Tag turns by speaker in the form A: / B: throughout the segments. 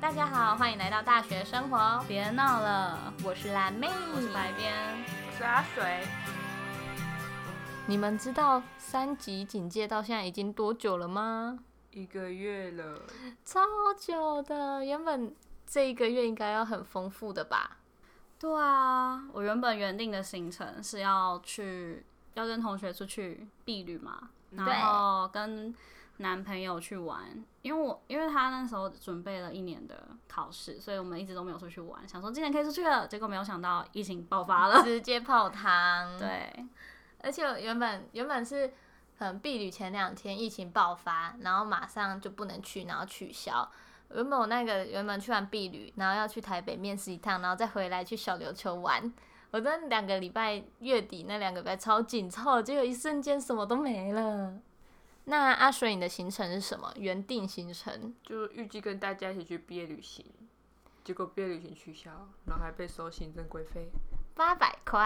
A: 大家好，欢迎来到大学生活，别闹了，我是蓝妹，我
B: 是白
A: 边。
B: 我是阿水，
A: 你们知道三级警戒到现在已经多久了吗？
B: 一个月了，
A: 超久的，原本这一个月应该要很丰富的吧？
C: 对啊，我原本原定的行程是要去，要跟同学出去避旅嘛，然后跟男朋友去玩，因为我因为他那时候准备了一年的考试，所以我们一直都没有出去玩，想说今年可以出去了，结果没有想到疫情爆发了。
A: 直接泡汤。，
C: 对，
A: 而且我原本原本是可能避旅前两天疫情爆发，然后马上就不能去，然后取消。原本我那个原本去完避旅，然后要去台北面试一趟，然后再回来去小琉球玩。我那两个礼拜月底那两个礼拜超紧凑，结果一瞬间什么都没了。那阿水，你的行程是什么？原定行程？
B: 就预计跟大家一起去毕业旅行，结果毕业旅行取消，然后还被收行政规费
A: 八百块，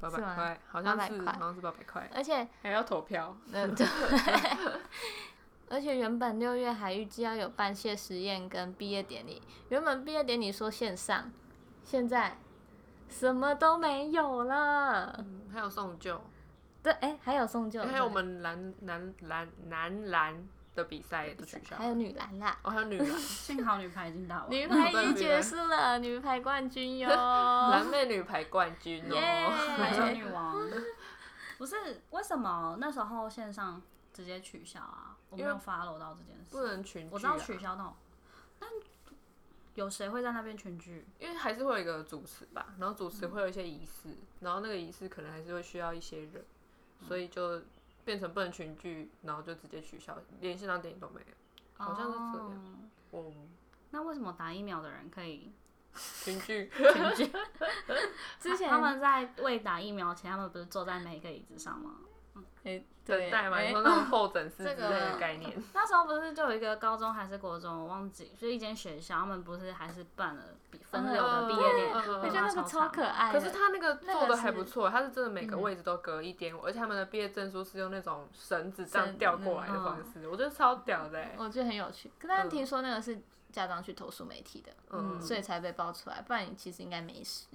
B: 八
A: 是
B: 百
A: 吗
B: 块，好像
A: 800
B: 是
A: 块
B: 好像是八百块，
A: 而且，
B: 还要投票。
A: 嗯，对，而且原本六月还预计要有办谢实验跟毕业典礼，原本毕业典礼说线上，现在什么都没有了。
B: 嗯，还有送旧，
A: 对，哎、还有送旧，
B: 还
A: 对
B: 有我们男男男男篮的比赛也都取消哦
A: 还，有女篮啦，
B: 哦，还有女篮，
C: 幸好女排已经打完
A: 女
C: 了，
A: 排已经结束了，女排冠军哟。
B: 男妹女排冠 军哦。
C: 排
A: 哦耶
C: 球女王。 不是为什么那时候线上直接取消啊？我没
B: 因
C: 有
B: 为
C: follow 到这件事。
B: 不能群聚、啊，
C: 我知道取消那种，但有谁会在那边群聚？
B: 因为还是会有一个主持吧，然后主持会有一些仪式，然后那个仪式可能还是会需要一些人，所以就变成不能群聚，然后就直接取消，连线上电影都没有。好像是这样
C: 哦
B: 我
C: 那为什么打疫苗的人可以
B: 群聚，
C: 群聚？
A: 之前
C: 他们在未打疫苗前，他们不是坐在每一个椅子上 吗？
A: 哎
B: 等
A: 对，
B: 待嘛，
A: 哎
B: 你说那种候诊室之
A: 这
B: 类
A: 个
B: 的概念，
C: 那时候不是就有一个高中还是国中，我忘记，就一间学校，他们不是还是办了比分流的毕业典礼，
B: 嗯嗯嗯
A: 我
C: 会
A: 觉得
C: 把它
A: 那个
C: 操
A: 超
C: 场
A: 可。爱的。
B: 可是他那个做的还不错，他是真的每个
A: 嗯
B: 位置都隔一点五，而且他们的毕业证书是用那种绳子这样
A: 绳
B: 吊过来的方式，我觉得超屌的欸。
A: 我觉得很有趣。但
B: 嗯
A: 听说那个是家长去投诉媒体的，
B: 嗯，
A: 所以才被爆出来，不然你其实应该没事。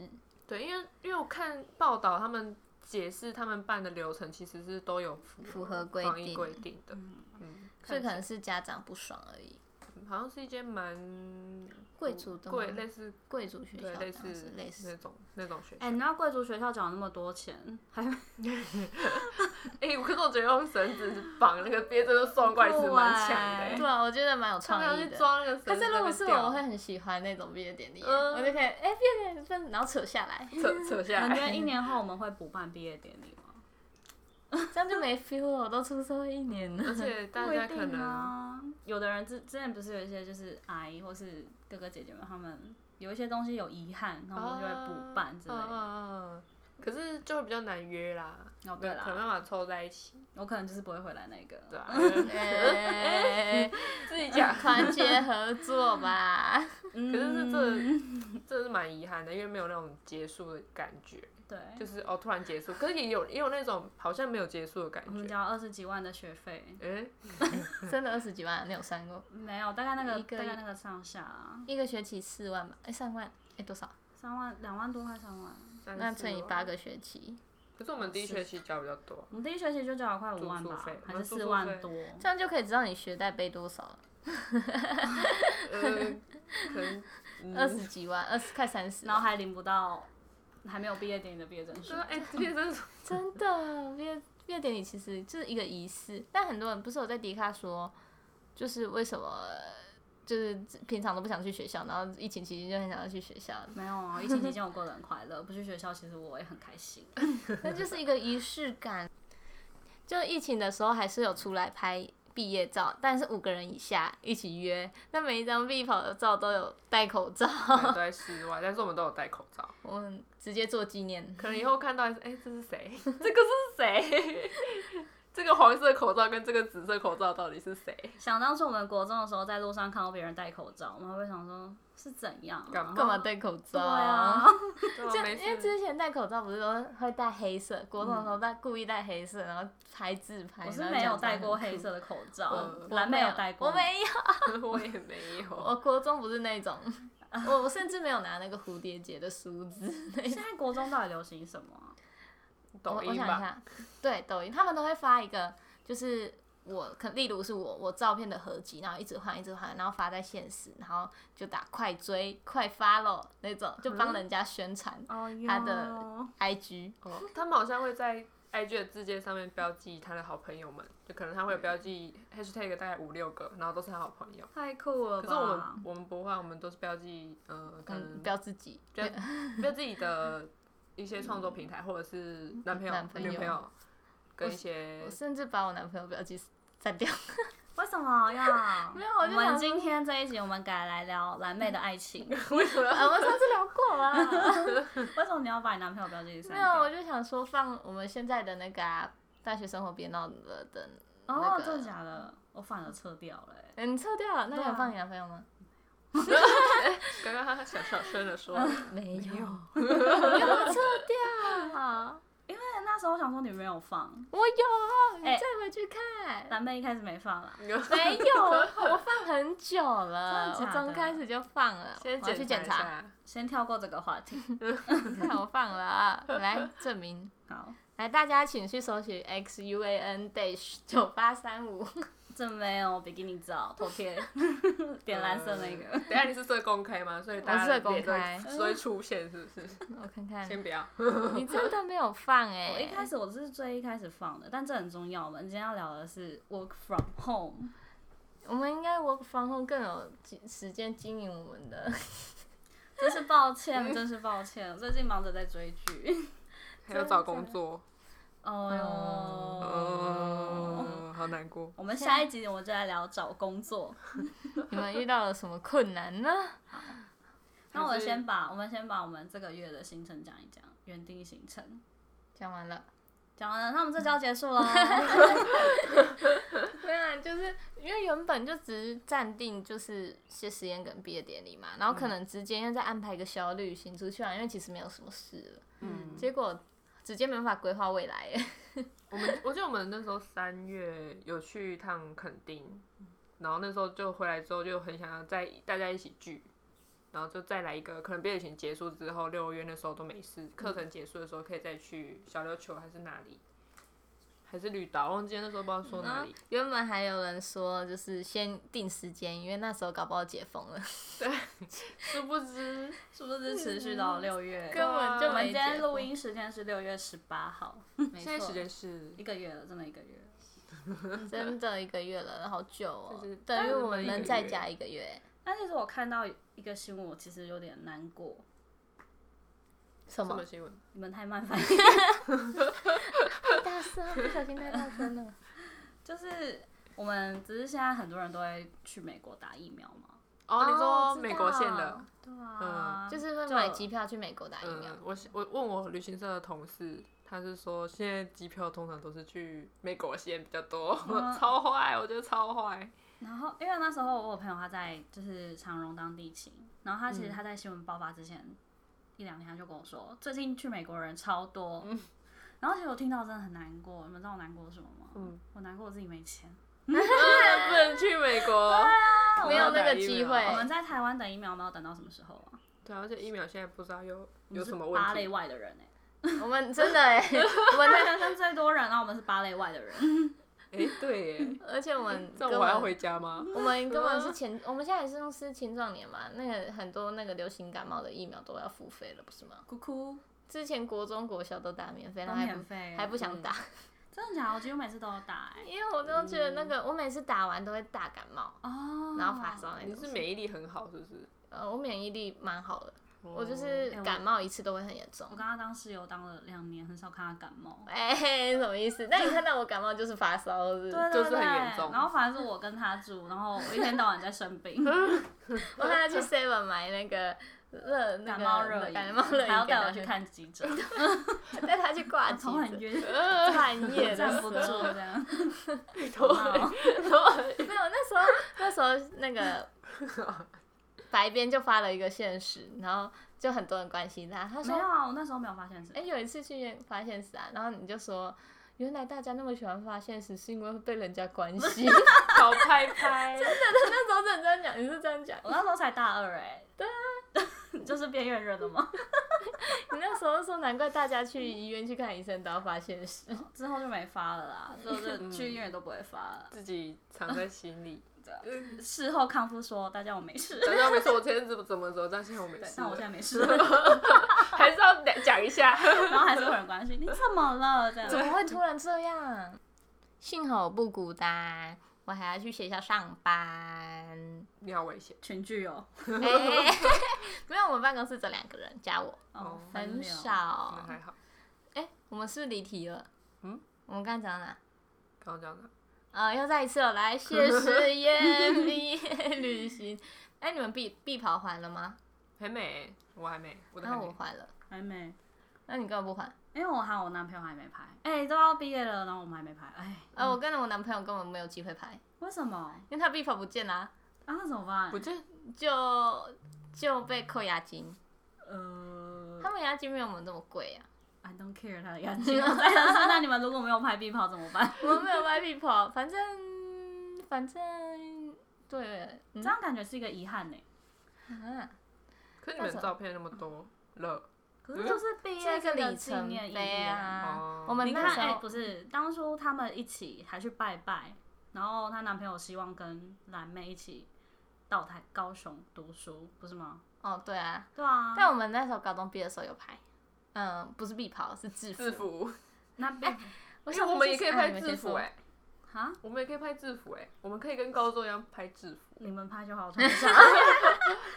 B: 对，因为因为我看报道，他们解释他们办的流程其实是都有符
A: 符合规
B: 防疫
A: 定
B: 规定的，
C: 嗯
A: 所以可能是家长不爽而已。
B: 嗯好像是一间蛮
A: 贵族的吗
B: 贵类似
A: 贵族学校
B: 对类
A: 当时
B: 似
A: 类似
B: 那种那种学校。
C: 哎、你知道贵族学校缴那么多钱，还
B: 哎、我可是我觉得用绳子 绑那个毕业证书送过来是蛮强的、欸，
A: 对啊，我觉得蛮有
B: 他
A: 创
B: 们要
A: 意
B: 去
A: 的。
B: 装那个绳子
A: 可
B: 在
A: 是
B: 那
A: 如
B: 边吊，
A: 果是我，我会很喜欢那种毕业典礼，
B: 嗯
A: 我就可以哎毕业典礼分，然后扯下来，
B: 扯扯下
C: 感
B: 来。
C: 觉一年后我们会补办毕业典礼吗？
A: 这样就没 feel 了。我都出社会一年了，
B: 而且大
C: 不一
B: 家可
C: 定
B: 能
C: 啊。有的人之之前不是有一些就是阿姨或是哥哥姐姐们，他们有一些东西有遗憾，他们就会补办之类
B: 啊啊
C: 的。
B: 啊啊可是就会比较难约啦，
C: 嗯哦对啦
B: 可能没办法凑在一起，
C: 我可能就是不会回来那个。
B: 对吧、啊
A: 哎
B: 自己讲。
A: 团结合作吧。
C: 嗯
B: 可是是这 这是蛮遗憾的，因为没有那种结束的感觉，
C: 对，
B: 就是哦突然结束，可是也有也有那种好像没有结束的感
C: 我
A: 嗯
C: 们
B: 觉。
C: 交二十几万的学费，
B: 哎、
A: 真的二十几万，你有算过？
C: 没有，大概那个
A: 一个
C: 大概那个上下啊，
A: 一个学期四万吧，哎三万，哎多少？
C: 三万两万多块三万。
B: 三
A: 那
B: 四
A: 乘以
B: 万
A: 八个学期，
B: 哦可是我们第一学期交比较 多，
C: 我们第一学期就交了快五万
B: 住宿
C: 吧
B: 费，
C: 还是四万多。
A: 这样就可以知道你学贷背多少了，
B: 呃，可能
A: 二十几万，二十快三十
C: 然。后还领不到，还没有毕业典礼的毕业证书
B: 说。哎，这些真 是
A: 真的，毕业毕业典礼其实就是一个仪式，但很多人不是有在迪卡说，就是为什么就是平常都不想去学校，然后疫情期间就很想要去学校，
C: 没有啊，疫情期间我过得很快乐，不去学校其实我也很开心。
A: 那就是一个仪式感。就疫情的时候还是有出来拍毕业照，但是五个人以下一起约，那每一张必跑的照都有戴口罩，
B: 都在室外，但是我们都有戴口罩。
A: 我们直接做纪念。
B: 可能以后看到还是哎，这是谁？这个是谁？ 这个黄色口罩跟这个紫色口罩到底是谁？
C: 想当初我们国中的时候，在路上看到别人戴口罩，我们还会想说是怎样、
B: 干
C: 啊？
B: 嘛
A: 干嘛戴口罩
C: 对啊，
B: 对啊
A: 就
B: 没
A: 因为
B: 事，
A: 之前戴口罩不是都会戴黑色，国中的时候戴故意戴黑色，然后拍自拍。
C: 嗯我是
A: 然后
C: 没有
A: 假装
C: 戴过
A: 很
C: 黑
A: 酷，
C: 色的口罩
B: 嗯，
A: 我
C: 蓝妹有戴过，
A: 我没有，
B: 我也没有。
A: 我国中不是 那种，我我甚至没有拿那个蝴蝶结的 梳子。
C: 现在国中到底流行什么啊？
A: 我
B: 抖
A: 我
B: 音
A: 想一
B: 吧，
A: 下，对，抖音他们都会发一个，就是我可例如是我我照片的合集，然后一直换一直换，然后发在现实，然后就打快追快发喽那种，就
C: 嗯
A: 帮人家宣传
C: 哦
A: 他的 IG。
B: 哦， 他们好像会在 IG 的字节上面标记他的好朋友们，就可能
A: 嗯
B: 他会标记 hashtag 大概五六个，然后都是他好朋友。
C: 太酷了
B: 可是我们
C: 吧！
B: 我们不会，我们都是标记，呃，可
A: 嗯，
B: 能
A: 不要自己，
B: 标标自己的一些创作平台，或者是男朋友、
A: 男朋友
B: 女朋友跟一
A: 我
B: 些
A: 甚至把我男朋友标记删掉。
C: 为什么 要？
A: 没有我就想说
C: 们今天这一集我们改来聊蓝妹的爱 情。
B: 为什么
A: 啊，我们上次聊过 啊。
C: 为什么你要把你男朋友标记删
A: 没有，我
C: 掉？
A: 就想说放我们现在的那个、啊、大学生活别闹了的。那
C: 哦，
A: 个
C: 真的假的？我反而撤掉了欸。
A: 嗯，你撤掉了，那你
C: 对
A: 有
C: 啊
A: 放你男朋友吗？
B: 刚刚他小小声的说，
A: 没有， 没有啊撤掉。啊
C: 因为那时候我想说你没有放，
A: 我有，你
C: 哎
A: 再回去看。
C: 蓝妹一开始没放
B: 嗯
C: 啦。
A: 没 有，我放很久了，
C: 真的
A: 我
C: 假的
A: 从开始就放了。
B: 先
A: 我要去检
B: 一
A: 查，
B: 下。
C: 先跳过这个话 题。
A: 看 我放了啊，来证明。
C: 好，
A: 来，大家请去搜寻 xuan dash 九八三五。
C: 这没有比基尼照头 贴，点蓝色那个。
B: 呃等一下你是社公开吗？所以大
A: 我是
B: 家
A: 社公
B: 脸都
A: 开
B: 会所以出现是 不是？
A: 我看看，
B: 先不要，
A: 你真的没有 放哎、
C: 我一开始我是最一开始放的，但这很重要。我们今天要聊的是 work from home。
A: 我们应该 work from home 更有经时间经营我们的，
C: 真是抱歉，真是抱歉，我最近忙着在追剧。
B: 还要找工作，
C: 哦哟，
B: 嗯，好难过。
C: 我们下一集我们就来聊找工作。
A: 你们遇到了什么困难 呢？
C: 那我
B: 还
C: 们
B: 是
C: 先把我们先把我们这个月的行程讲一讲，原定行程
A: 讲完了，
C: 讲完了，那我们这就要结束了。哦
A: 没有啊，就是因为原本就只是暂定就是些实验跟毕业典礼嘛，然后可能直接要再安排一个小旅行出去玩，因为其实没有什么事了，
B: 嗯，
A: 结果直接没办法规划未来耶。
B: 我们我记得我们那时候三月有去一趟垦丁，然后那时候就回来之后就很想要再大家一起聚，然后就再来一个，可能毕业旅行结束之后，六月那时候都没事，课程结束的时候可以再去小琉球还是哪里，还是绿岛，忘记那时候不知道说哪里。
A: 原本还有人说就是先定时间，因为那时候搞不好解封了，
B: 殊不知，
C: 是不是持续到六月？
A: 根本
C: 我
A: 就
C: 们
A: 没
C: 今
A: 解
C: 天
A: 封
C: 录音时间是六月十八号，
A: 没
B: 现在
A: 错
B: 时间是
C: 一个月了，真的一个月了。
A: 真的一个月了，好久哦
B: 就是，
A: 等于我们
B: 一个
A: 能
B: 月
A: 再加一个月，
C: 但其实我看到一个新闻，我其实有点难过。
A: 什
B: 什
A: 么
B: 么？新闻？
C: 你们太慢反应，
A: 太大声，不小心太大声了。
C: 就是我们只是现在很多人都会去美国打疫苗嘛。
B: 哦，你
A: 哦
B: 说
A: 知
B: 美国线
A: 道
B: 的，
C: 对啊，
A: 就是会买机票去美国打疫苗
B: 嗯，，我是我问我旅行社的同事，他是说现在机票通常都是去美国线比较多，
C: 嗯
B: 超坏，我觉得超 坏。
C: 然后，因为那时候我有朋友他在就是长荣当地勤，然后他
A: 嗯
C: 其实他在新闻爆发之前、一两天他就跟我说，最近去美国人超多。
A: 嗯
C: 然后其实我听到真的很难过，你们知道我难过什么吗？
B: 嗯
C: 我难过我自己没钱。
B: 嗯不能去美国，
A: 啊
B: 我
A: 没有那
B: 打
A: 个
B: 疫
A: 机
B: 苗
A: 会
C: 我们 在台湾等疫苗，没有等到什么时候啊？
B: 对啊，而且疫苗现在不知道有
C: 我们
B: 有
C: 是
B: 什么
C: 八
B: 问
C: 类
B: 题。
C: 外的人哎、
A: 我们真的哎、我们
C: 欸，台湾最多人，然后我们是八类外的人。
B: 哎， 对耶，
A: 那而且我们
B: 这
A: 根
B: 样我还要
A: 本
B: 回家吗？
A: 我们根本是前，我们现在也是用是青壮年嘛，那个很多那个流行感冒的疫苗都要付费了，不是吗？
C: 哭哭，
A: 之前国中国小都打免费，然
C: 都
A: 后还
C: 免
A: 不
C: 费，
A: 还不
B: 嗯
A: 想打，
C: 真的假的？我几乎每次都有打哎、
A: 因为我都觉得那
B: 嗯
A: 个我每次打完都会大感冒，
C: 哦，
A: 然后发烧那
B: 你
A: 种。
B: 是免疫力很好是不是？
A: 呃，我免疫力蛮好的，哎我就
B: 哦
A: 是感冒一次都会很严重
C: 我。跟他当室友当了两年，很少看他感冒。
A: 哎、什么意思？但你看到我感冒就是发烧，是不是？
C: 对
B: 就是
C: 对
B: 很严
C: 对
B: 重
C: 然后反正是我 跟他住，然后我一天到晚在生病。
A: 我还要去 Seven 买那个热那
C: 感
A: 个
C: 冒热
A: 感冒热，
C: 还要带我去，哦看急诊，
A: 带他去挂 急
C: 头很
A: 诊，
C: 晕，
A: 半夜
C: 站
A: 的
C: 不住
A: 时候
C: 这样。
B: 头
C: 好闹
A: 没有，那时候那时候 那个白边就发了一个现实，然后就很多人关心他。他
C: 没
A: 说
C: 有啊，我那时候没有发现是
A: 哎、有一次去发现时啊，然后你就说，原来大家那么喜欢发现时，是因为会被人家关 心。
B: 小拍拍，
A: 那时候真的这样讲，你是这样讲，
C: 我那时候才大二哎、对啊， 就是边缘人了吗？
A: 你那时候说难怪大家去医院去看医生都要发现时。
C: 之后就没发了啦，
A: 嗯
C: 就是去医院都不会发了。
B: 自己藏在心里。
C: 事后康复说，大家我没 事，
B: 大家没事，我前阵子怎么走，但现在我没事
C: 但我现在 没事了，
B: 还是要讲一下。
C: 然后还是会有人关心你怎么了这样
A: 怎。么会突然这样？幸好我不孤单，我还要去学校上 班。
B: 你好危险
C: 群聚哦，
A: 哎 没有，我们办公室只有两个人加我，
C: 哦，分
A: 很
C: 流。
A: 少
B: 那。还好。
A: 哎、我们是不是离题了？
B: 嗯，
A: 我们刚才讲到哪？
B: 刚刚讲的，
A: 啊、又再一次了，来谢 师宴 毕旅行。哎、你们必必跑还了吗？
B: 还没，我还没，我的
A: 那
B: 还
A: 啊我
B: 没。
A: 还了，
C: 还没，
A: 那你干嘛不还？
C: 因为我还有我男朋友还没拍，哎、都要毕业了，然后我们还没拍，哎，
B: 嗯
A: 呃，我跟我男朋友根本没有机会拍，
C: 为什么啊？
A: 因为他必跑不见啦、
C: 那怎么办
B: 不？见，
A: 就就被扣押金。
C: 呃
B: 嗯
A: 他们押金没有我们这么贵啊，
C: ，I don't care 他的感情。我在想说，那你们如果没有拍必跑怎么办？
A: 我们没有 Y P 跑，反正反正对，
C: 这
A: 嗯
C: 样感觉是一个遗憾呢、
A: 啊，
B: 可是你们照片那么多了，
C: 可是就是毕
A: 是
C: 业
A: 一个
C: 这
A: 里
C: 纪
A: 程
C: 念意
A: 碑
C: 义啊。
A: 啊
B: 哦。
A: 我们
C: 你
A: 那
C: 看，
A: 时
C: 哎、
A: 候
C: 不是，当初他们一起还去拜拜，然后她男朋友希望跟蓝妹一起到台高雄读书，不是吗？
A: 哦对啊，
C: 对啊，
A: 但我们那时候高中毕业的时候有拍，嗯，不是必跑，是制服。
B: 制服，
C: 那边
A: 我
B: 因为
A: 想
B: 我
A: 说
B: 们
A: 是
B: 也可以
A: 啊
B: 拍
A: 你们先
B: 制服
A: 说
B: 哎，
C: 啊，
B: 我们也可以拍制服哎，我们可以跟高中一样拍制服。
C: 你们拍就好，我穿不 下。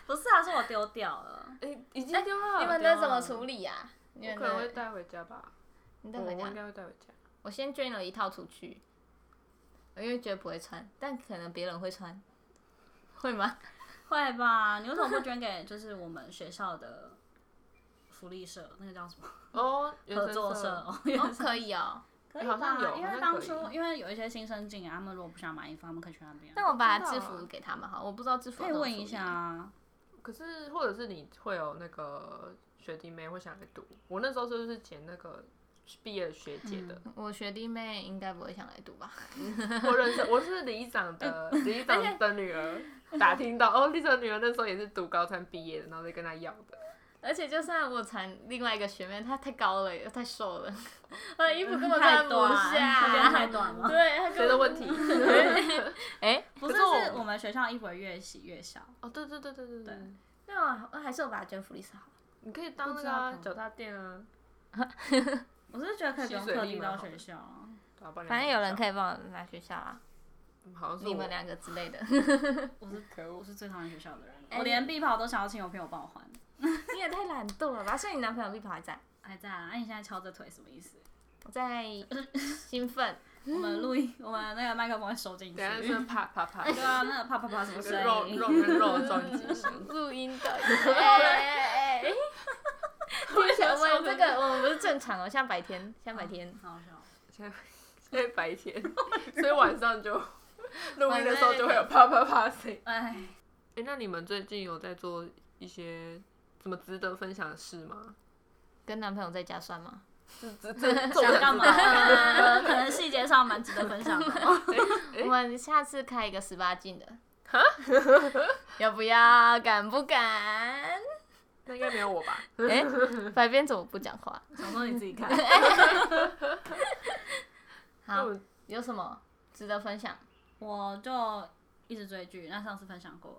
C: 不是啊，是我丢掉了。
B: 哎，已经丢了。
A: 你们
B: 丢
A: 的
B: 了
A: 怎么处理啊？你
B: 我
A: 们
B: 可能会
A: 的
B: 带回家吧，
A: 你
B: 我
A: 带回
B: 我
A: 家
B: 应。该会带回家。
A: 我先捐了一套出去，我因为觉得不会穿，但可能别人会穿，会吗？
C: 会吧？你为什么不捐给就是我们学校的福利社？那个叫什么？
B: 哦，原
C: 合
B: 生
C: 作社
B: 社，哎
C: 哦，
A: 哦，可以哦。
C: 可以
B: 好像
C: 吧
B: 有
C: 因为
B: 好像
C: 当
B: 可以
C: 初因为有一些新生进来，他们如果不想买衣服，他们可以去那边。
A: 那我把
B: 真的
A: 制
B: 哦
A: 服给他们好，我不知道制服
C: 可以
A: 要怎么
C: 问
A: 处
C: 一
A: 理
C: 下。啊。
B: 可是或者是你会有那个学弟妹会想来读，我那时候就是捡那个毕业的学姐的，
A: 我学弟妹应该不会想来读吧？
B: 我认识，我是里长的
C: 嗯
B: 里长的女儿，打听到哦，里长的女儿那时候也是读高三毕业的，然后再跟她要的，
A: 而且就算我传另外一个学妹，她太高了，又太瘦了，她的衣服根本
C: 太
A: 穿不
C: 短她变
A: 下，
C: 太短 了
A: 对，她根
B: 谁的
A: 本
B: 问题？
A: 哎、
C: 不是，
B: 可是我
C: 是我们学校衣服越洗越小。
B: 哦，对对对对对对，
A: 那哦我还是我把它捐福利社好了。
B: 你可以当那个
C: 不
B: 啊
C: 知道
B: 脚踏垫啊，
C: 我是觉得可以不用
B: 吸水
C: 特
B: 力
C: 地
B: 蛮
C: 到
B: 好的
C: 学校啊。
A: 反正有人
B: 以，
A: 可以帮我拿学校啊，
B: 好像是
A: 你们
B: 我
A: 两个之类的。
C: 我是可我是最讨厌学校的人了，
A: 哎
C: 我连必跑都想要请我朋友帮我还。
A: 你也太懒惰了吧？所以你男朋友必跑还在？
C: 还在啊？那、你现在敲着腿什么意 思？
A: 我 在兴 奋，
C: 我们录音，我们那个麦克风会收进去。
B: 等一下是啪啪啪，
C: 对啊，那个啪啪啪什么声
B: 肉
C: 音？
B: 肉跟肉的撞击声。
A: 录音 的。哎哎哎！我想问这个，我们不是正常哦，像白天，像白天。
C: 好好笑。
B: 因为白天， 所以晚上就录音的时候就会有啪啪啪声。
C: 哎，
B: 哎、那你们最近有在做一些什么值得分享的事吗？
A: 跟男朋友在家算吗？
B: 这 这这这我
C: 想
B: 想
C: 干
B: 知
C: 嘛？
B: 道
C: 呃可能细节上蛮值得分享的哦。
A: 我们下次开一个十八禁的。 要不要？敢不敢？
B: 那应该没有我 吧？
A: 哎，白边怎么不讲话？
C: 想说你自己看。
B: 那
A: 好，
B: 我
A: 有什么值得分享？
C: 我就一直追剧，那上次分享过了。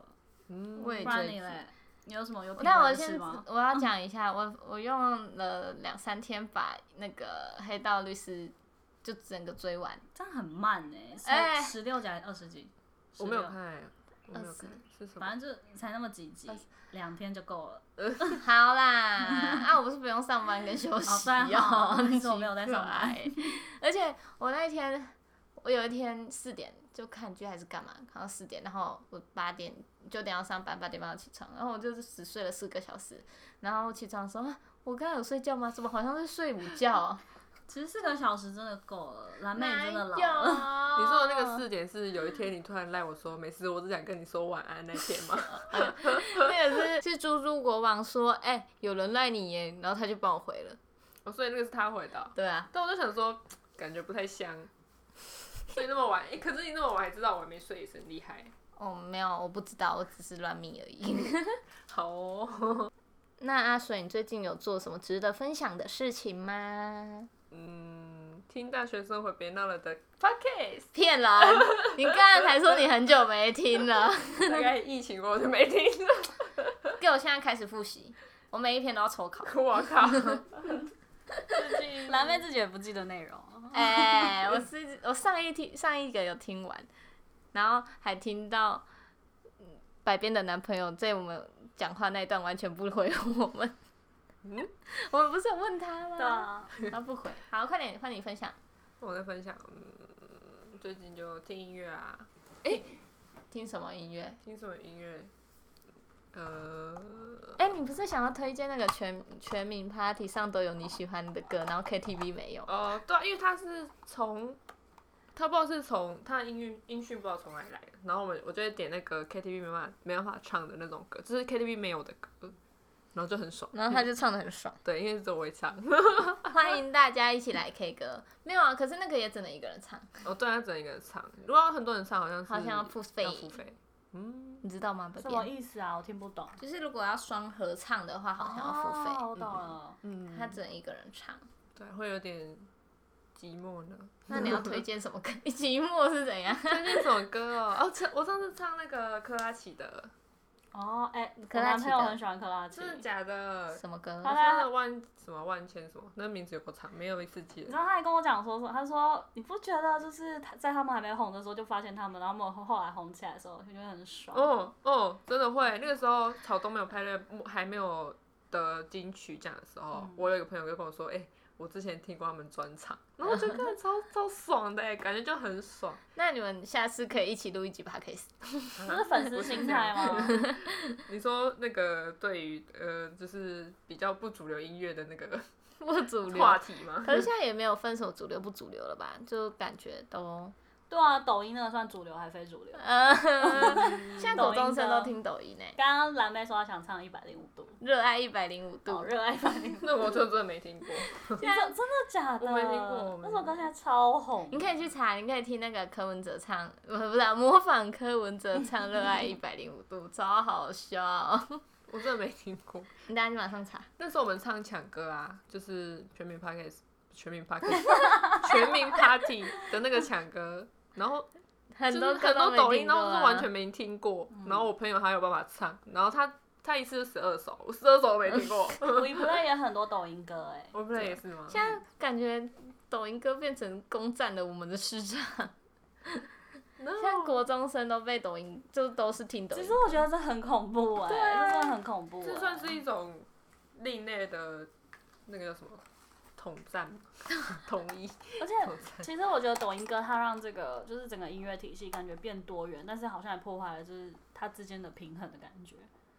B: 嗯，
A: 我也
C: 不然
A: 追
C: 你
A: 剧
C: 嘞？你有什么有品
A: 那我
C: 味的事
A: 先
C: 吗？
A: 我要讲一下，我我用了两三天把那个《黑道律师》就整个追完，
C: 这样很慢哎、
A: 哎
C: 才十六集还是二十集？
B: 我没有
C: 16
B: 看、欸，我没有看
A: 二
B: 是什么？
C: 反正就才那么几集，两天就够了。
A: 好啦， 啊，我不是不用上班跟休息
C: 哦对哦
A: 哦，
C: 那是我没有在上班
A: 很奇怪而且我那一天。我有一天四点就看剧还是干嘛，然后四点，然后我八点九点要上班，八点半要起床，然后我就是只睡了四个小时，然后起床说，啊我刚刚有睡觉吗？怎么好像是睡午觉 啊？
C: 其实四个小时真的够了，蓝妹真的老了。
A: 了
B: 你说的那
C: 哦
B: 个四点是有一天你突然赖我说没事，我只想跟你说晚安那天 吗？
A: 那个是是猪猪国王说，哎、有人赖你耶，然后他就帮我回了。
B: 哦，所以那个是他回的哦、
A: 对啊，
B: 但我就想说，感觉不太像。所以那么晚，哎、可是你那么晚还知道我还没睡，也是很厉害。
A: 哦，没有，我不知道，我只是乱命而已。
B: 好哦，
A: 那阿水，你最近有做什么值得分享的事情吗？
B: 嗯，听大学生活别闹了的 podcast，
A: 骗人！你刚刚才说你很久没听了，
B: 大概疫情过我就没听了。
A: 给我现在开始复习，我每一篇都要抽考。
B: 我 靠， 最近
C: 蓝妹自己也不记得内容，
A: 哎、我是我上一听上一个有听完，然后还听到嗯百变的男朋友在我们讲话那一段完全不回我们。
B: 嗯
A: 我们不是有问他吗？
C: 对啊，
A: 他不回。好，快点换你分享，
B: 我在分享，嗯，最近就听音乐啊，
A: 听什么音乐？
B: 听什么音乐？呃，
A: 哎、你不是想要推荐那个全全民 Party 上都有你喜欢的歌，然后 KTV 没有？
B: 哦，对啊、因为他是从，他不知道是从他的音乐音讯不知道从哪里来的，然后我们我就会点那个 KTV 没办法没办法唱的那种歌，就是 KTV 没有的歌，然后就很爽。
A: 然后他就唱的很爽，
B: 对，因为只有我会唱。
C: 嗯
A: 欢迎大家一起来 K 歌。没有啊，可是那个也只能一个人唱，
B: 哦，对，他只能一个人唱，如果要很多人唱，好像是
A: 好像要付费
B: 要付费。嗯，
A: 你知道吗？
C: 什么意思啊？我听不懂。
A: 就是如果要双合唱的话，好像要付费，嗯
C: 哦我懂了。
B: 嗯
A: 他只能一个人 唱。
B: 对，会有点寂寞呢。
A: 那你要推荐什么歌？寂寞是怎样？
B: 最近什么歌哦？哦，前我上次唱那个克拉奇的，
C: 哦，哎，
A: 克
C: 我
A: 拉
C: 男
A: 奇
C: 朋友
A: 的
C: 很喜欢克拉奇。
B: 真的假的？
A: 什么歌？
C: 好
B: 他
C: 啦
B: 的万什么万千什么，那名字有够长，没有一次记
C: 你
B: 得
C: 知。道他还跟我讲说什么？他说你不觉得就是他在他们还没红的时候就发现他们，然后他们后来红起来的时候就觉得很爽。
B: 哦哦，真的会。那个时候草东没有拍那个还没有得金曲奖的时候，我有一个朋友就跟我说，哎、我之前听过他们专场，然后 我就看超超爽的、哎，感觉就很爽。
A: 那你们下次可以一起录一集 podcast。
C: 这是粉丝心态 吗？
B: 你说那个对于呃，就是比较不主流音乐的那个
A: 不主流，
B: 话题吗？
A: 可
C: 嗯
A: 是现在也没有分手主流不主流了吧？就感觉 都，
C: 对啊，抖音那个算主流还非主流？
A: 呃，现在国中生都听抖音呢、
C: 刚刚蓝妹说她想唱一百零五度，
A: 热爱一百零五
C: 好
A: 度，
C: 热爱一百 零五度。
B: 那我就真的没听过。
C: 真的真的假的？
B: 我没听过我
C: 那
B: 没听过
C: 首歌现在超红。
A: 你可以去查，你可以听那个柯文哲唱， 呃不是啊、模仿柯文哲唱《热爱一百零五度》， 超好笑。
B: 我真的没听过。
A: 你等下就马上查，
B: 那时候我们唱抢歌啊，就是全民 Parkes，全民 Parkes，全 民 Party 的那个抢歌，然后
A: 很多
B: 就是
A: 歌
B: 很多抖音，
A: 都
B: 然后
A: 没听过啊嗯
B: 是完全没听过。然后我朋友他有办法唱，然后他他一次十二首，我十二首都没 听过。
C: We Play 也很多抖音歌哎、
B: 我不是也是吗？
A: 现在感觉抖音歌变成攻占了我们的市场， 现在国中生都被抖音，就都是听抖
C: 其
A: 音
C: 实。我觉得这很恐怖哎、这真的很恐怖、欸。
B: 这算是一种另类的那个叫什么统战 吗统一
C: 而且
B: 统战。
C: 其实我觉得抖音歌它让这个就是整个音乐体系感觉变多元，但是好像也破坏了就是它之间的平衡的感觉，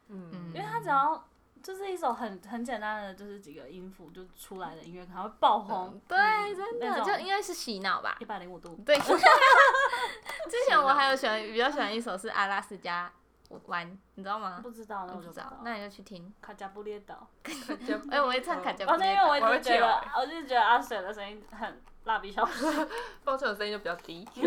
B: 嗯
A: 嗯，
C: 因为它只要就是一首很很简单的就是几个音符就出来的音乐，可能会爆红
A: 嗯对，真
C: 那
A: 的
C: 种
A: 就应该是洗脑吧
C: 一。百零五度。
A: 对，之前我还有喜欢比较喜欢一首是阿拉斯加湾，你知道吗？
C: 不知道，那
A: 我
C: 我
A: 不
C: 就
A: 知
C: 不知
A: 道
C: 道，。
A: 那你就去听。
C: 卡加布列岛，
A: 哎、我会唱卡加布
C: 哦，对，
A: 列
C: 因为
A: 岛。
C: 我一
B: 我会
C: 直觉得
B: 跳，
C: 我就是觉得阿水的声音很蜡笔小新，
B: 抱歉，我声音就比较 低，我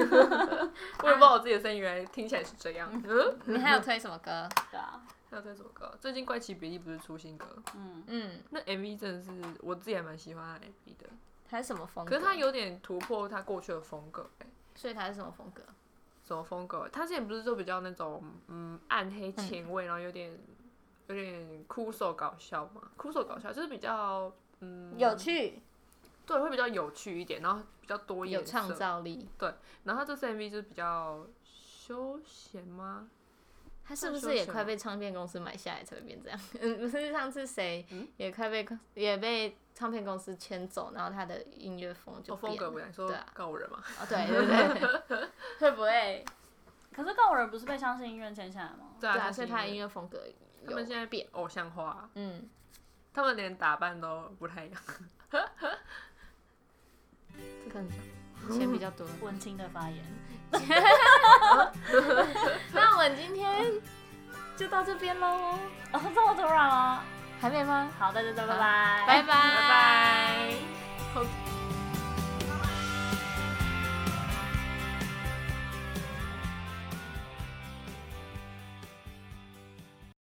B: 也不知道我自己的声音原来听起来是这样。嗯，
A: 你还有推什么歌？
C: 对啊，
B: 还有这首歌，最近怪奇比例不是出新歌，
C: 嗯，
A: 嗯，
B: 那 MV 真的是我自己还蛮喜欢他的 MV 的，
A: 还是什么风格？
B: 可是他，有点突破他过去的风格、欸，
A: 所以他是什么风格？
B: 什么风格？他之前不是就比较那种嗯暗黑前卫，然后有点有点酷手搞笑嘛，酷手搞笑就是比较嗯
A: 趣，
B: 对，会比较有趣一点，然后比较多
A: 有
B: 颜
A: 创
B: 色。
A: 造力。
B: 然后他这次 MV 就是比较休闲吗？
A: 他是不
B: 说
A: 是也
B: 什
A: 快
B: 么
A: 被唱片公司买下来才会变这样？ 嗯，不是上次谁
B: 嗯
A: 也快被、也被唱片公司牵走，然后他的音乐风就
B: 哦，风
A: 变
B: 格
A: 了。
B: 不一样，你说
A: 对啊
B: 告我人嘛？
A: 哦，对对对， 会不会？
C: 可是告人不是被相信音乐签下来吗？
B: 对
A: 对
B: 啊，
A: 啊，
B: 相
A: 所
B: 信
A: 以他的
B: 音
A: 音
B: 乐
A: 乐风格
B: 他们
A: 有
B: 现在
A: 变。
B: 偶像化，
A: 嗯，
B: 他们连打扮都不太一样。
A: 可
B: 嗯
A: 能钱比较 多。
C: 文青的发言，
A: 那我们今天就到这边喽，
C: 哦，这么突然吗？
A: 还没吗？
C: 好，大家都拜
A: 好
C: 拜，
A: 拜拜
B: 拜拜。
A: 好